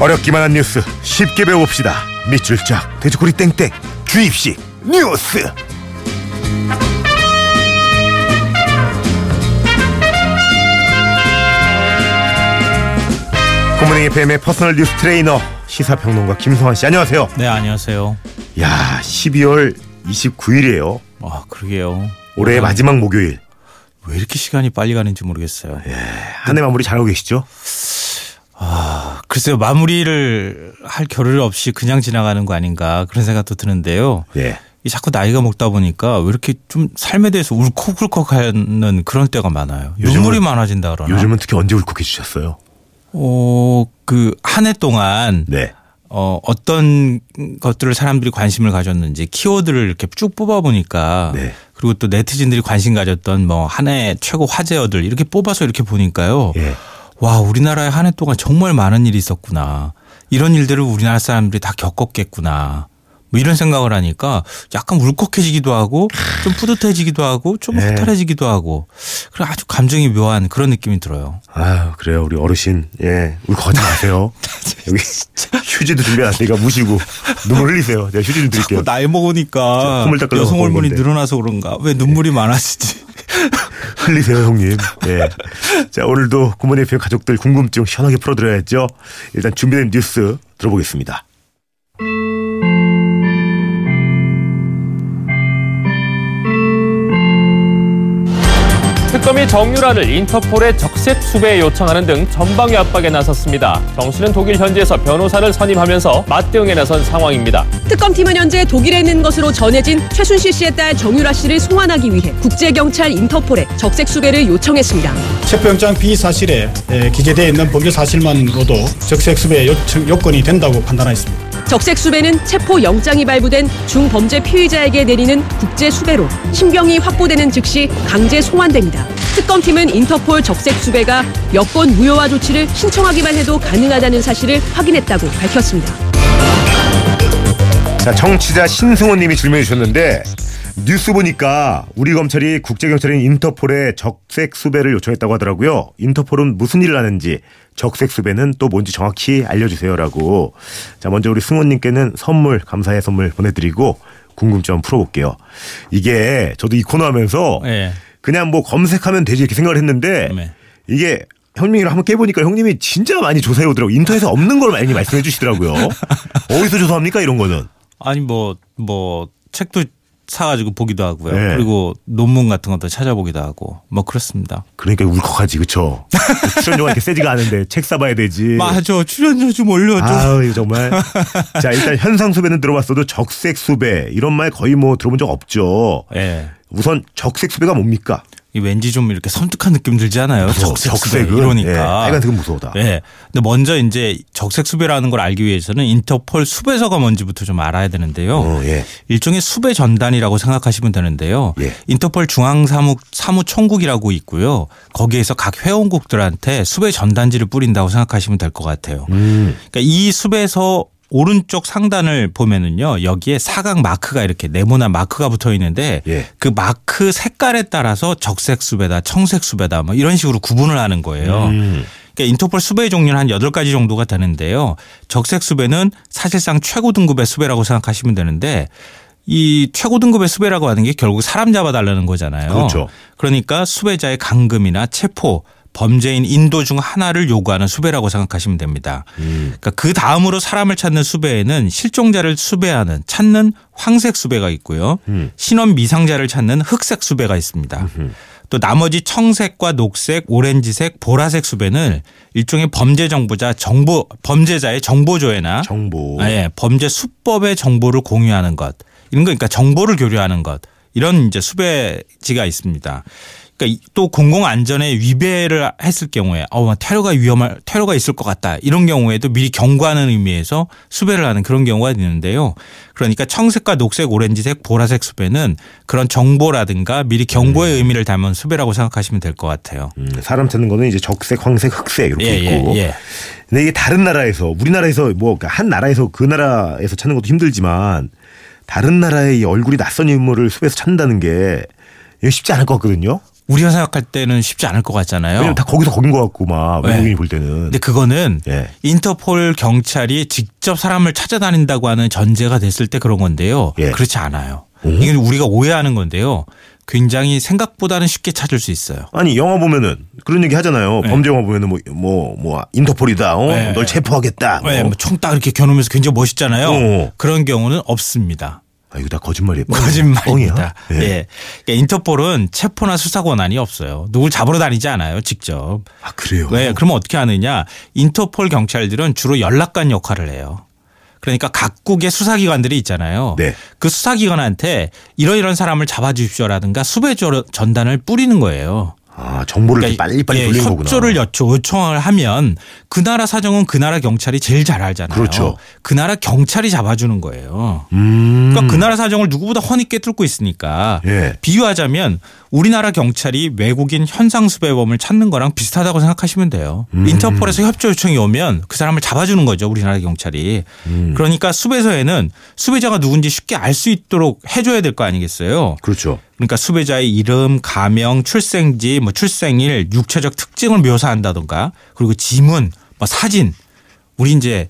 어렵기만 한 뉴스 쉽게 배워봅시다. 밑줄 쫙 돼지고리 땡땡 주입식 뉴스. 굿모닝 FM의 퍼스널 뉴스 트레이너 시사평론가 김성환 씨 안녕하세요. 네 안녕하세요. 야 12월 29일이에요. 아 그러게요. 올해의 아, 마지막 목요일. 예, 왜 이렇게 시간이 빨리 가는지 모르겠어요. 한 해 마무리 잘하고 계시죠? 글쎄요 마무리를 할 겨를 없이 그냥 지나가는 거 아닌가 그런 생각도 드는데요. 예. 이 자꾸 나이가 먹다 보니까 왜 이렇게 좀 삶에 대해서 울컥울컥하는 그런 때가 많아요. 요즘은- 눈물이 많아진다 그러나. 요즘은 특히 언제 울컥해주셨어요? 어그 한 해 동안 네. 어 어떤 것들을 사람들이 관심을 가졌는지 키워드를 이렇게 쭉 뽑아 보니까 네. 그리고 또 네티즌들이 관심 가졌던 뭐 한 해 최고 화제어들 이렇게 뽑아서 이렇게 보니까요. 예. 와 우리나라에 한 해 동안 정말 많은 일이 있었구나 이런 일들을 우리나라 사람들이 다 겪었겠구나 뭐 이런 생각을 하니까 약간 울컥해지기도 하고 좀 뿌듯해지기도 하고 좀 네. 허탈해지기도 하고 그래 아주 감정이 묘한 그런 느낌이 들어요. 아유 그래요 우리 어르신 예 울컥하지 마세요 여기 휴지도 준비하니까 무시고 눈물 흘리세요 제가 휴지 좀 드릴게요 뭐 나이 먹으니까 저 콧물 닦으려고 갖고 여성 온 호르몬이 건데. 예. 늘어나서 그런가 왜 눈물이 많아지지? 흘리세요 형님 예자 오늘도 구모님표 가족들 궁금증 시원하게 풀어드려야죠 일단 준비된 뉴스 들어보겠습니다 특검이 정유라를 인터폴에 적색 수배 요청하는 등 전방위 압박에 나섰습니다. 정 씨는 독일 현지에서 변호사를 선임하면서 맞대응에 나선 상황입니다. 특검팀은 현재 독일에 있는 것으로 전해진 최순실 씨의 딸 정유라 씨를 송환하기 위해 국제경찰 인터폴에 적색 수배를 요청했습니다. 체포영장 비사실에 에, 기재되어 있는 범죄 사실만으로도 적색수배 요청- 요건이 된다고 판단하였습니다. 적색 수배는 체포 영장이 발부된 중범죄 피의자에게 내리는 국제 수배로 신병이 확보되는 즉시 강제 송환됩니다. 특검팀은 인터폴 적색 수배가 여권 무효화 조치를 신청하기만 해도 가능하다는 사실을 확인했다고 밝혔습니다. 자 정치자 신승호님이 질문해 주셨는데 뉴스 보니까 우리 검찰이 국제경찰인 인터폴에 적색 수배를 요청했다고 하더라고요 인터폴은 무슨 일을 하는지 적색 수배는 또 뭔지 정확히 알려주세요라고 자 먼저 우리 승호님께는 선물 감사의 선물 보내드리고 궁금증 풀어볼게요 이게 저도 이 코너 하면서 예. 그냥 뭐 검색하면 되지 이렇게 생각을 했는데 네. 이게 형님이랑 한번 깨보니까 형님이 진짜 많이 조사해 오더라고 요 인터넷에 없는 걸 많이 말씀해 주시더라고요 어디서 조사합니까 이런 거는 아니 뭐 뭐 책도 사가지고 보기도 하고요. 네. 그리고 논문 같은 것도 찾아보기도 하고 뭐 그렇습니다. 그러니까 울컥하지 그쵸 출연료가 이렇게 세지가 않은데 책 사봐야 되지 맞아 출연료 좀 올려줘. 예. 아유 정말 자 일단 현상 수배는 들어봤어도 적색 수배 이런 말 거의 뭐 들어본 적 없죠 예. 우선 적색 수배가 뭡니까 이 왠지 좀 이렇게 섬뜩한 느낌 들지 않아요? 무서워. 적색 뭐 적색은, 수배 이러니까. 예, 빨간색은 무서워다. 예. 근데 먼저 이제 적색 수배라는 걸 알기 위해서는 인터폴 수배서가 뭔지부터 좀 알아야 되는데요. 어, 예. 일종의 수배 전단이라고 생각하시면 되는데요. 예. 인터폴 중앙 사무 사무 총국이라고 있고요. 거기에서 각 회원국들한테 수배 전단지를 뿌린다고 생각하시면 될 것 같아요. 음. 그러니까 이 숲에서 오른쪽 상단을 보면은요 여기에 사각 마크가 이렇게 네모난 마크가 붙어 있는데 예. 그 마크 색깔에 따라서 적색 숲에다 청색 숲에다 뭐 이런 식으로 구분을 하는 거예요. 음. 그러니까 인터폴 수배 종류는 한 여덟 가지 정도가 되는데요. 적색 수배는 사실상 최고 등급의 수배라고 생각하시면 되는데 이 최고 등급의 수배라고 하는 게 결국 사람 잡아달라는 거잖아요. 그렇죠. 그러니까 수배자의 감금이나 체포, 범죄인 인도 중 하나를 요구하는 수배라고 생각하시면 됩니다. 그러니까 그 다음으로 사람을 찾는 수배에는 실종자를 수배하는 찾는 황색 수배가 있고요. 신원 미상자를 찾는 흑색 수배가 있습니다. 또 나머지 청색과 녹색, 오렌지색, 보라색 수배는 일종의 범죄 정보자 정보 범죄자의 정보 조회나 정보 아, 예. 범죄 수법의 정보를 공유하는 것. 이런 거 그러니까 정보를 교류하는 것. 이런 이제 수배지가 있습니다. 그러니까 이- 또 공공 안전에 위배를 했을 경우에 어 테러가 위험할 테러가 있을 것 같다. 이런 경우에도 미리 경고하는 의미에서 수배를 하는 그런 경우가 있는데요. 그러니까 청색과 녹색, 오렌지색, 보라색 수배는 그런 정보라든가 미리 경고의 의미를 담은 수배라고 생각하시면 될 것 같아요. 음, 사람 찾는 거는 이제 적색 황색 흑색 이렇게 예, 있고 예, 예. 근데 이게 다른 나라에서 우리나라에서 뭐 한 나라에서 그 나라에서 찾는 것도 힘들지만 다른 나라의 이 얼굴이 낯선 인물을 숲에서 찾는다는 게 이게 쉽지 않을 것 같거든요. 우리가 생각할 때는 쉽지 않을 것 같잖아요. 왜냐면 다 거기서 거긴 것 같고 막 어. 네. 외국인이 볼 때는. 근데 그거는 예. 인터폴 경찰이 직접 사람을 찾아다닌다고 하는 전제가 됐을 때 그런 건데요. 예. 그렇지 않아요. 이건 우리가 오해하는 건데요. 굉장히 생각보다는 쉽게 찾을 수 있어요. 아니 영화 보면은 그런 얘기 하잖아요. 범죄 영화 보면은 뭐 뭐 뭐 인터폴이다. 어? 네. 널 체포하겠다. 네, 어. 뭐 총딱 이렇게 겨누면서 굉장히 멋있잖아요. 어. 그런 경우는 없습니다. 아 이거 다 거짓말이에요. 거짓말입니다. 뻥이야? 예. 그러니까 인터폴은 체포나 수사 권한이 없어요. 누굴 잡으러 다니지 않아요, 직접. 아 그래요. 네, 그러면 어떻게 하느냐? 인터폴 경찰들은 주로 연락관 역할을 해요. 그러니까 각국의 수사기관들이 있잖아요. 네. 그 수사기관한테 이런 이런 사람을 잡아주십시오라든가 수배 조- 전단을 뿌리는 거예요. 아 정보를 이렇게 빨리빨리 예, 돌리는 거구나. 협조를 요청, 요청을 하면 그 나라 사정은 그 나라 경찰이 제일 잘 알잖아요. 그렇죠. 그 나라 경찰이 잡아주는 거예요. 음. 그러니까 그 나라 사정을 누구보다 허니게 뚫고 있으니까 예. 비유하자면 우리나라 경찰이 외국인 현상 수배범을 찾는 거랑 비슷하다고 생각하시면 돼요. 음. 인터폴에서 협조 요청이 오면 그 사람을 잡아주는 거죠. 우리나라 경찰이. 음. 그러니까 수배서에는 수배자가 누군지 쉽게 알 수 있도록 해줘야 될 거 아니겠어요. 그렇죠. 그러니까 수배자의 이름, 가명, 출생지, 뭐 출생일, 육체적 특징을 묘사한다던가 그리고 지문, 뭐 사진. 우리 이제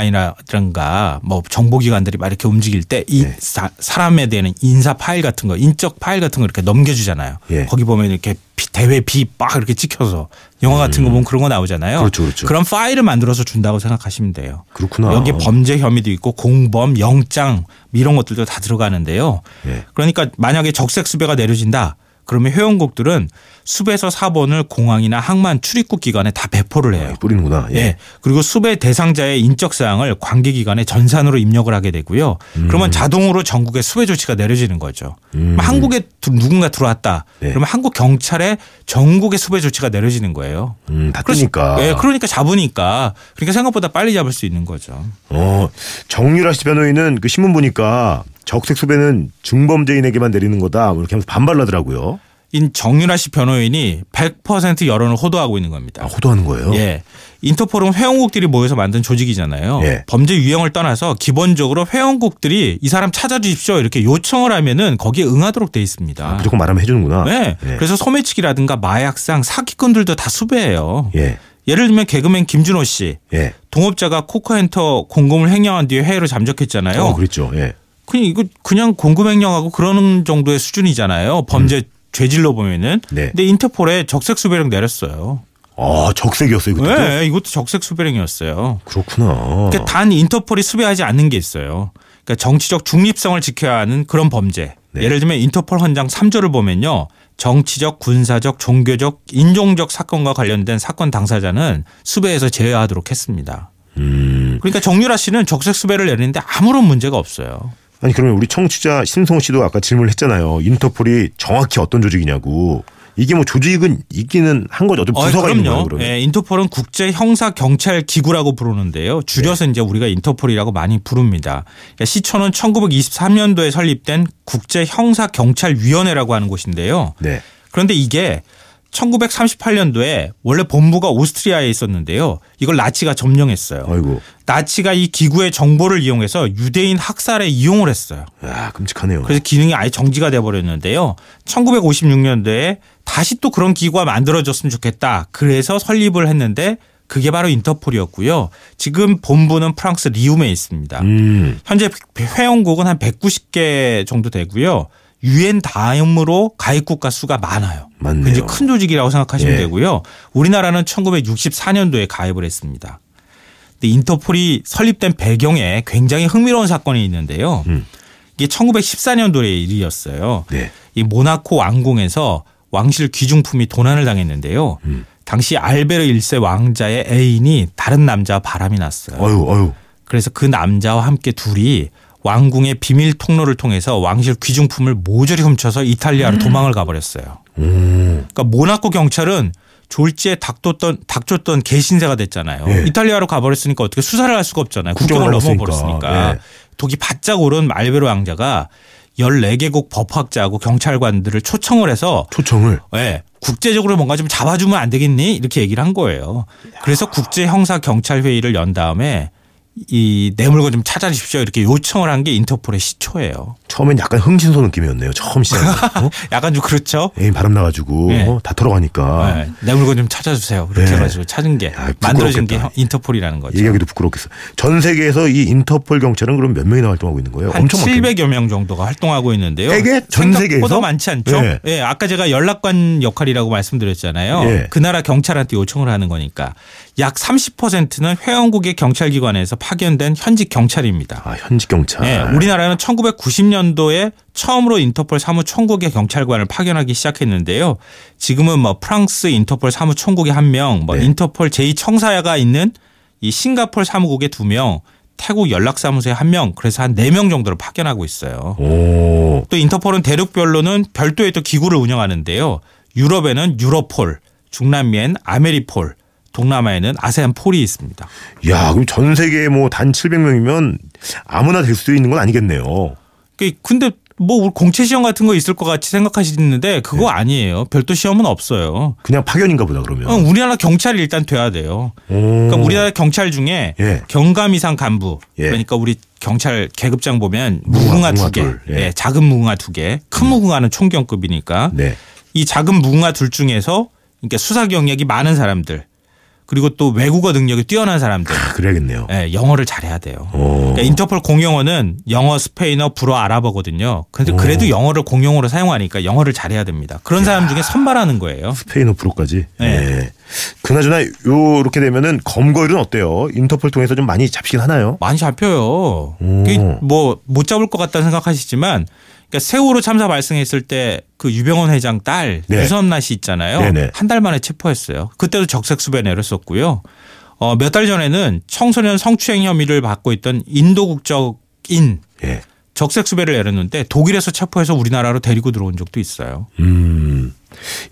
FBI라든가 뭐 정보기관들이 막 이렇게 움직일 때 이 네. 사람에 대한 인사 파일 같은 거, 인적 파일 같은 거 이렇게 넘겨주잖아요. 예. 거기 보면 이렇게 비- 대회 비빡 이렇게 찍혀서 영화 같은 거 보면 그런 거 나오잖아요. 음. 그렇죠, 그렇죠. 런 파일을 만들어서 준다고 생각하시면 돼요. 그렇구나. 여기 범죄 혐의도 있고 공범, 영장 뭐 이런 것들도 다 들어가는데요. 예. 그러니까 만약에 적색 수배가 내려진다. 그러면 회원국들은 수배서 4번을 공항이나 항만 출입국 기관에 다 배포를 해요. 아, 뿌리는구나. 예. 예. 그리고 수배 대상자의 인적 사항을 관계 기관에 전산으로 입력을 하게 되고요. 음. 그러면 자동으로 전국에 수배 조치가 내려지는 거죠. 뭐 한국에 두- 누군가 들어왔다. 네. 그러면 한국 경찰에 전국에 수배 조치가 내려지는 거예요. 음, 다 그래서- 뜨니까. 예, 그러니까 잡으니까 그러니까 생각보다 빨리 잡을 수 있는 거죠. 어, 정유라 씨 변호인은 그 신문 보니까 적색 수배는 중범죄인에게만 내리는 거다. 뭐 이렇게 하면서 반발하더라고요. 인 정유라 씨 변호인이 100% 여론을 호도하고 있는 겁니다. 아, 호도하는 거예요. 예. 인터폴은 회원국들이 모여서 만든 조직이잖아요. 예. 범죄 유형을 떠나서 기본적으로 회원국들이 이 사람 찾아주십시오 이렇게 요청을 하면은 거기에 응하도록 돼 있습니다. 아, 무조건 말하면 해주는구나. 네. 예. 그래서 소매치기라든가 마약상 사기꾼들도 다 수배해요. 예. 예를 들면 개그맨 김준호 씨. 예. 동업자가 코카엔터 공금을 횡령한 뒤에 해외로 잠적했잖아요. 어, 그랬죠. 예. 그냥 이거 그냥 공금횡령하고 그러는 정도의 수준이잖아요. 범죄 죄질로 보면은. 음. 네. 근데 인터폴에 적색 수배령 내렸어요. 아, 적색이었어요, 그때. 네, 이것도 적색 수배령이었어요. 그렇구나. 그러니까 단 인터폴이 수배하지 않는 게 있어요. 그러니까 정치적 중립성을 지켜야 하는 그런 범죄. 네. 예를 들면 인터폴 헌장 3조를 보면요. 정치적, 군사적, 종교적, 인종적 사건과 관련된 사건 당사자는 수배에서 제외하도록 했습니다. 음. 그러니까 정유라 씨는 적색 수배를 내리는데 아무런 문제가 없어요. 아니 그러면 우리 청취자 심성호 씨도 아까 질문을 했잖아요. 인터폴이 정확히 어떤 조직이냐고. 이게 뭐 조직은 있기는 한 거죠. 어떤 어, 부서가 있는 거예요. 그럼요. 그러면. 예, 인터폴은 국제 형사 경찰 기구라고 부르는데요. 줄여서 이제 우리가 인터폴이라고 많이 부릅니다. 그러니까 시초는 1923년도에 설립된 국제 형사 경찰 위원회라고 하는 곳인데요. 네. 그런데 이게 1938년도에 원래 본부가 오스트리아에 있었는데요. 이걸 나치가 점령했어요. 아이고. 나치가 이 기구의 정보를 이용해서 유대인 학살에 이용을 했어요. 아 끔찍하네요. 그래서 기능이 아예 정지가 돼버렸는데요. 1956년도에 다시 또 그런 기구가 만들어졌으면 좋겠다. 그래서 설립을 했는데 그게 바로 인터폴이었고요. 지금 본부는 프랑스 리움에 있습니다. 음. 현재 회원국은 한 190개 정도 되고요. 유엔 다음으로 가입국가 수가 많아요. 맞네요. 굉장히 큰 조직이라고 생각하시면 예. 되고요. 우리나라는 1964년도에 가입을 했습니다. 근데 인터폴이 설립된 배경에 굉장히 흥미로운 사건이 있는데요. 이게 1914년도의 일이었어요. 음. 네. 이 모나코 왕궁에서 왕실 귀중품이 도난을 당했는데요. 음. 당시 알베르 1세 왕자의 애인이 다른 남자와 바람이 났어요. 아유 아유. 그래서 그 남자와 함께 둘이 왕궁의 비밀 통로를 통해서 왕실 귀중품을 모조리 훔쳐서 이탈리아로 도망을 가버렸어요. 음. 그러니까 모나코 경찰은 졸지에 닥쳤던 닥쳤던 개신세가 됐잖아요. 예. 이탈리아로 가버렸으니까 어떻게 수사를 할 수가 없잖아요. 국경을 국경을 넘었으니까. 넘어버렸으니까 예. 독이 바짝 오른 알베르 왕자가 14개국 법학자하고 경찰관들을 초청을 해서 초청을. 예, 국제적으로 뭔가 좀 잡아주면 안 되겠니? 이렇게 얘기를 한 거예요. 그래서 국제 형사 경찰 회의를 연 다음에 이 내물건 좀 찾아주십시오 이렇게 요청을 한 게 인터폴의 시초예요. 처음엔 약간 흥신소 느낌이었네요. 처음 시작에. 어? 약간 좀 그렇죠. 에이, 바람 나가지고 네. 어? 다 털어가니까. 네, 내 물건 좀 찾아주세요. 이렇게 네. 해가지고 찾은 게 야, 만들어진 게 부끄럽겠다. 인터폴이라는 거죠. 얘기하기도 부끄럽겠어. 전 세계에서 이 인터폴 경찰은 그럼 몇 명이나 활동하고 있는 거예요? 한 엄청 많겠네. 700여 명 정도가 활동하고 있는데요. 되게 전 생각보다 세계에서? 많지 않죠. 예. 예. 아까 제가 연락관 역할이라고 말씀드렸잖아요. 예. 그 나라 경찰한테 요청을 하는 거니까 약 30%는 회원국의 경찰기관에서 파견된 현직 경찰입니다. 아, 현지 경찰. 예, 우리나라는 1990년도에 처음으로 인터폴 사무총국의 경찰관을 파견하기 시작했는데요. 지금은 뭐 프랑스 인터폴 사무총국의 한 명, 뭐 네. 인터폴 제2청사야가 있는 이 싱가폴 사무국의 두 명, 태국 연락사무소에 한 명, 그래서 한 네 명 정도를 파견하고 있어요. 오. 또 인터폴은 대륙별로는 별도의 또 기구를 운영하는데요. 유럽에는 유로폴, 중남미엔 아메리폴, 동남아에는 아세안폴이 있습니다. 야, 그럼 전 세계에 뭐 단 700명이면 아무나 될 수 있는 건 아니겠네요. 그- 근데 뭐 우리 공채 시험 같은 거 있을 것 같이 생각하시는데 네. 그거 아니에요. 별도 시험은 없어요. 그냥 파견인가 보다 그러면. 어. 어, 우리나라 경찰이 일단 돼야 돼요. 오. 그러니까 우리나라 경찰 중에 음. 예. 경감 이상 간부 예. 그러니까 우리 경찰 계급장 보면 무궁화, 무궁화 두 무궁화 개, 둘. 예. 음. 예, 작은 무궁화 두 개, 큰 무궁화는 총경급이니까 네. 이 작은 무궁화 둘 중에서 그러니까 수사 경력이 많은 사람들 그리고 또 외국어 능력이 뛰어난 사람들 아, 그래야겠네요. 예, 영어를 잘해야 돼요. 오. 그러니까 인터폴 공용어는 영어, 스페인어, 불어, 아랍어거든요. 근데 그래도 영어를 공용어로 사용하니까 영어를 잘해야 됩니다. 그런 사람 중에 선발하는 거예요. 스페인어 프로까지. 네. 예. 그나저나 요렇게 되면은 검거율은 어때요? 인터폴 통해서 좀 많이 잡히긴 하나요? 많이 잡혀요. 뭐못 잡을 것 같다 생각하시지만 그러니까 세월호 참사 발생했을 때 그 유병원 회장 딸 네. 유선나 씨 있잖아요. 네네. 한 달 만에 체포했어요. 그때도 적색 수배 내렸었고요. 어, 몇 달 전에는 청소년 성추행 혐의를 받고 있던 인도 국적인 예. 적색 수배를 내렸는데 독일에서 체포해서 우리나라로 데리고 들어온 적도 있어요. 음.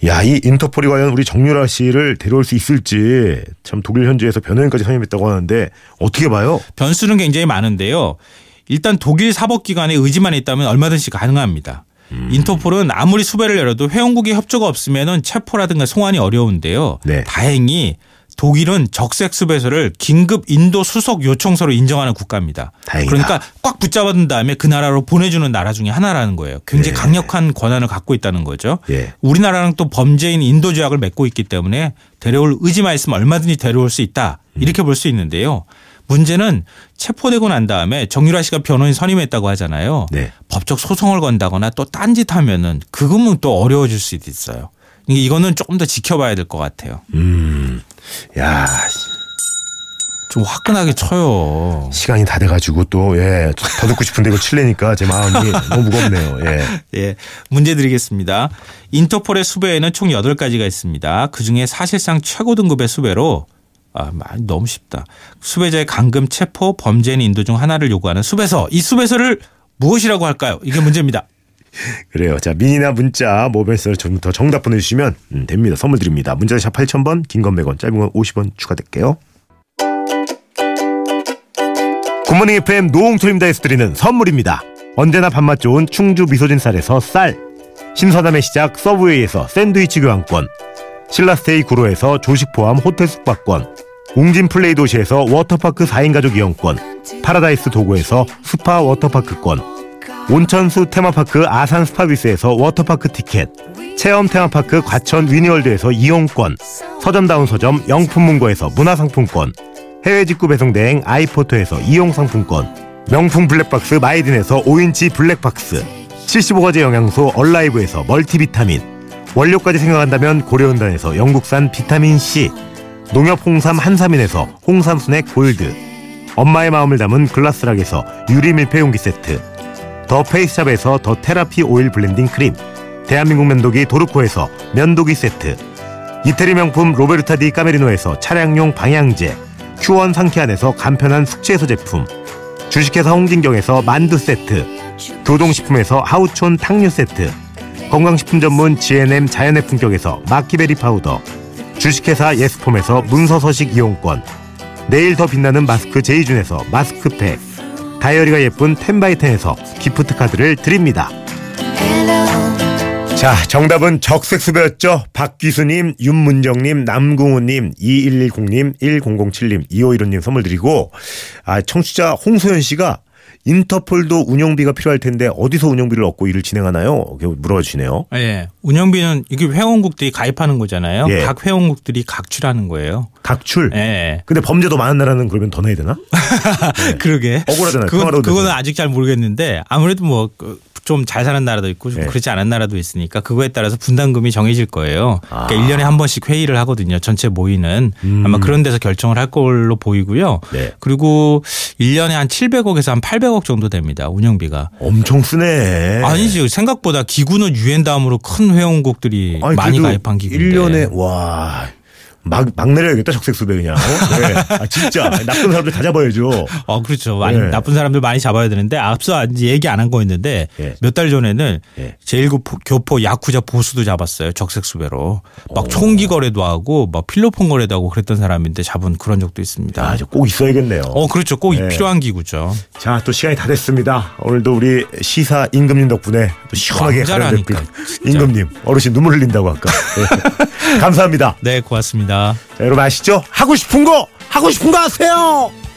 야, 이 인터폴이 과연 우리 정유라 씨를 데려올 수 있을지 참 독일 현지에서 변호인까지 선임했다고 하는데 어떻게 봐요? 변수는 굉장히 많은데요. 일단 독일 사법기관의 의지만 있다면 얼마든지 가능합니다. 음. 인터폴은 아무리 수배를 열어도 회원국의 협조가 없으면 체포라든가 송환이 어려운데요. 네. 다행히 독일은 적색 수배소를 긴급 인도 수속 요청서로 인정하는 국가입니다. 다행이다. 그러니까 꽉 붙잡은 다음에 그 나라로 보내주는 나라 중에 하나라는 거예요. 네. 굉장히 강력한 권한을 갖고 있다는 거죠. 예. 우리나라랑 또 범죄인 인도 조약을 맺고 있기 때문에 데려올 의지만 있으면 얼마든지 데려올 수 있다 이렇게 볼 수 있는데요. 문제는 체포되고 난 다음에 정유라 씨가 변호인 선임했다고 하잖아요. 네. 법적 소송을 건다거나 또 딴짓하면은 그거면 또 어려워질 수도 있어요. 이게 이거는 조금 더 지켜봐야 될 것 같아요. 음. 야, 씨. 좀 화끈하게 쳐요. 시간이 다 돼가지고 또, 예, 더 듣고 싶은데 이거 칠래니까 제 마음이 너무 무겁네요. 예. 예. 문제 드리겠습니다. 인터폴의 수배에는 총 8가지가 있습니다. 그 중에 사실상 최고 등급의 수배로 아, 마- 너무 쉽다. 수배자의 감금, 체포, 범죄인 인도 중 하나를 요구하는 수배서. 이 수배서를 무엇이라고 할까요? 이게 문제입니다. 그래요. 자, 미니나 문자, 모바일에서 좀더 정답 보내주시면 음, 됩니다. 선물 드립니다. 문자는 샵 8000번, 긴 건 100원, 짧은 건 50원 추가될게요. 굿모닝 FM 노홍철입니다에서 드리는 선물입니다. 언제나 밥맛 좋은 충주 미소진 쌀에서 쌀. 신선함의 시작 서브웨이에서 샌드위치 교환권. 신라스테이 구로에서 조식 포함 호텔 숙박권. 웅진 플레이 도시에서 워터파크 4인 가족 이용권. 파라다이스 도구에서 스파 워터파크권. 온천수 테마파크 아산 스파비스에서 워터파크 티켓 체험 테마파크 과천 위니월드에서 이용권 서점다운 서점 영품문고에서 문화상품권 해외 직구 배송 대행 아이포토에서 이용상품권 명품 블랙박스 마이딘에서 5인치 블랙박스 75가지 영양소 얼라이브에서 멀티비타민 원료까지 생각한다면 고려은단에서 영국산 비타민C 농협 홍삼 한삼인에서 홍삼 스낵 골드 엄마의 마음을 담은 글라스락에서 유리 밀폐용기 세트 더 페이스샵에서 더 테라피 오일 블렌딩 크림 대한민국 면도기 도르코에서 면도기 세트 이태리 명품 로베르타 디 까메리노에서 차량용 방향제 큐원 상쾌한에서 간편한 숙취해소 제품 주식회사 홍진경에서 만두 세트 교동식품에서 하우촌 탕류 세트 건강식품 전문 GNM 자연의 품격에서 마키베리 파우더 주식회사 예스폼에서 문서서식 이용권 내일 더 빛나는 마스크 제이준에서 마스크팩 다이어리가 예쁜 텐바이텐에서 기프트 카드를 드립니다. Hello, 자, 정답은 적색수배였죠. 박기수님, 윤문정님, 남궁호님, 2110님, 1007님, 2515님 선물 드리고, 아, 청취자 홍소연 씨가 인터폴도 운영비가 필요할 텐데 어디서 운영비를 얻고 일을 진행하나요? 이렇게 물어주시네요. 예. 운영비는 이게 회원국들이 가입하는 거잖아요. 예. 그렇죠. 각 회원국들이 각출하는 거예요. 각출. 예. 근데 범죄도 많은 나라는 그러면 더 내야 되나? 그러게. 네. 억울하잖아요. 평화로운 그건, 그거는 데서는. 아직 잘 모르겠는데 아무래도 뭐 좀 잘 사는 나라도 있고 좀 예. 그렇지 않은 나라도 있으니까 그거에 따라서 분담금이 정해질 거예요. 아. 그러니까 1년에 한 번씩 회의를 하거든요. 전체 모의는 아마 그런 데서 결정을 할 걸로 보이고요. 음. 네. 그리고 1년에 한 700억에서 한 800억 정도 됩니다. 운영비가. 엄청 쓰네. 아니지 생각보다 기구는 유엔 다음으로 큰 회원국들이 아니, 많이 그래도 가입한 기구인데. 1년에 와. 막, 막 내려야겠다, 적색수배 그냥. 어? 네. 아, 진짜. 나쁜 사람들 다 잡아야죠. 어 그렇죠. 많이 예. 나쁜 사람들 많이 잡아야 되는데 앞서 이제 얘기 안 한 거였는데 예. 몇 달 전에는 예. 제1구 교포 야쿠자 보수도 잡았어요. 적색 수배로 막 어. 총기 거래도 하고 막 필로폰 거래도 하고 그랬던 사람인데 잡은 그런 적도 있습니다. 아, 이제 꼭 있어야겠네요. 어 그렇죠. 꼭 예. 필요한 기구죠. 자, 또 시간이 다 됐습니다. 오늘도 우리 시사 임금님 덕분에 또 시원하게 왕자라니까, 가려드렸고요. 진짜. 임금님, 어르신 눈물 흘린다고 아까. 네. 감사합니다. 네 고맙습니다. 자, 여러분 아시죠? 하고 싶은 거, 하고 싶은 거 하세요!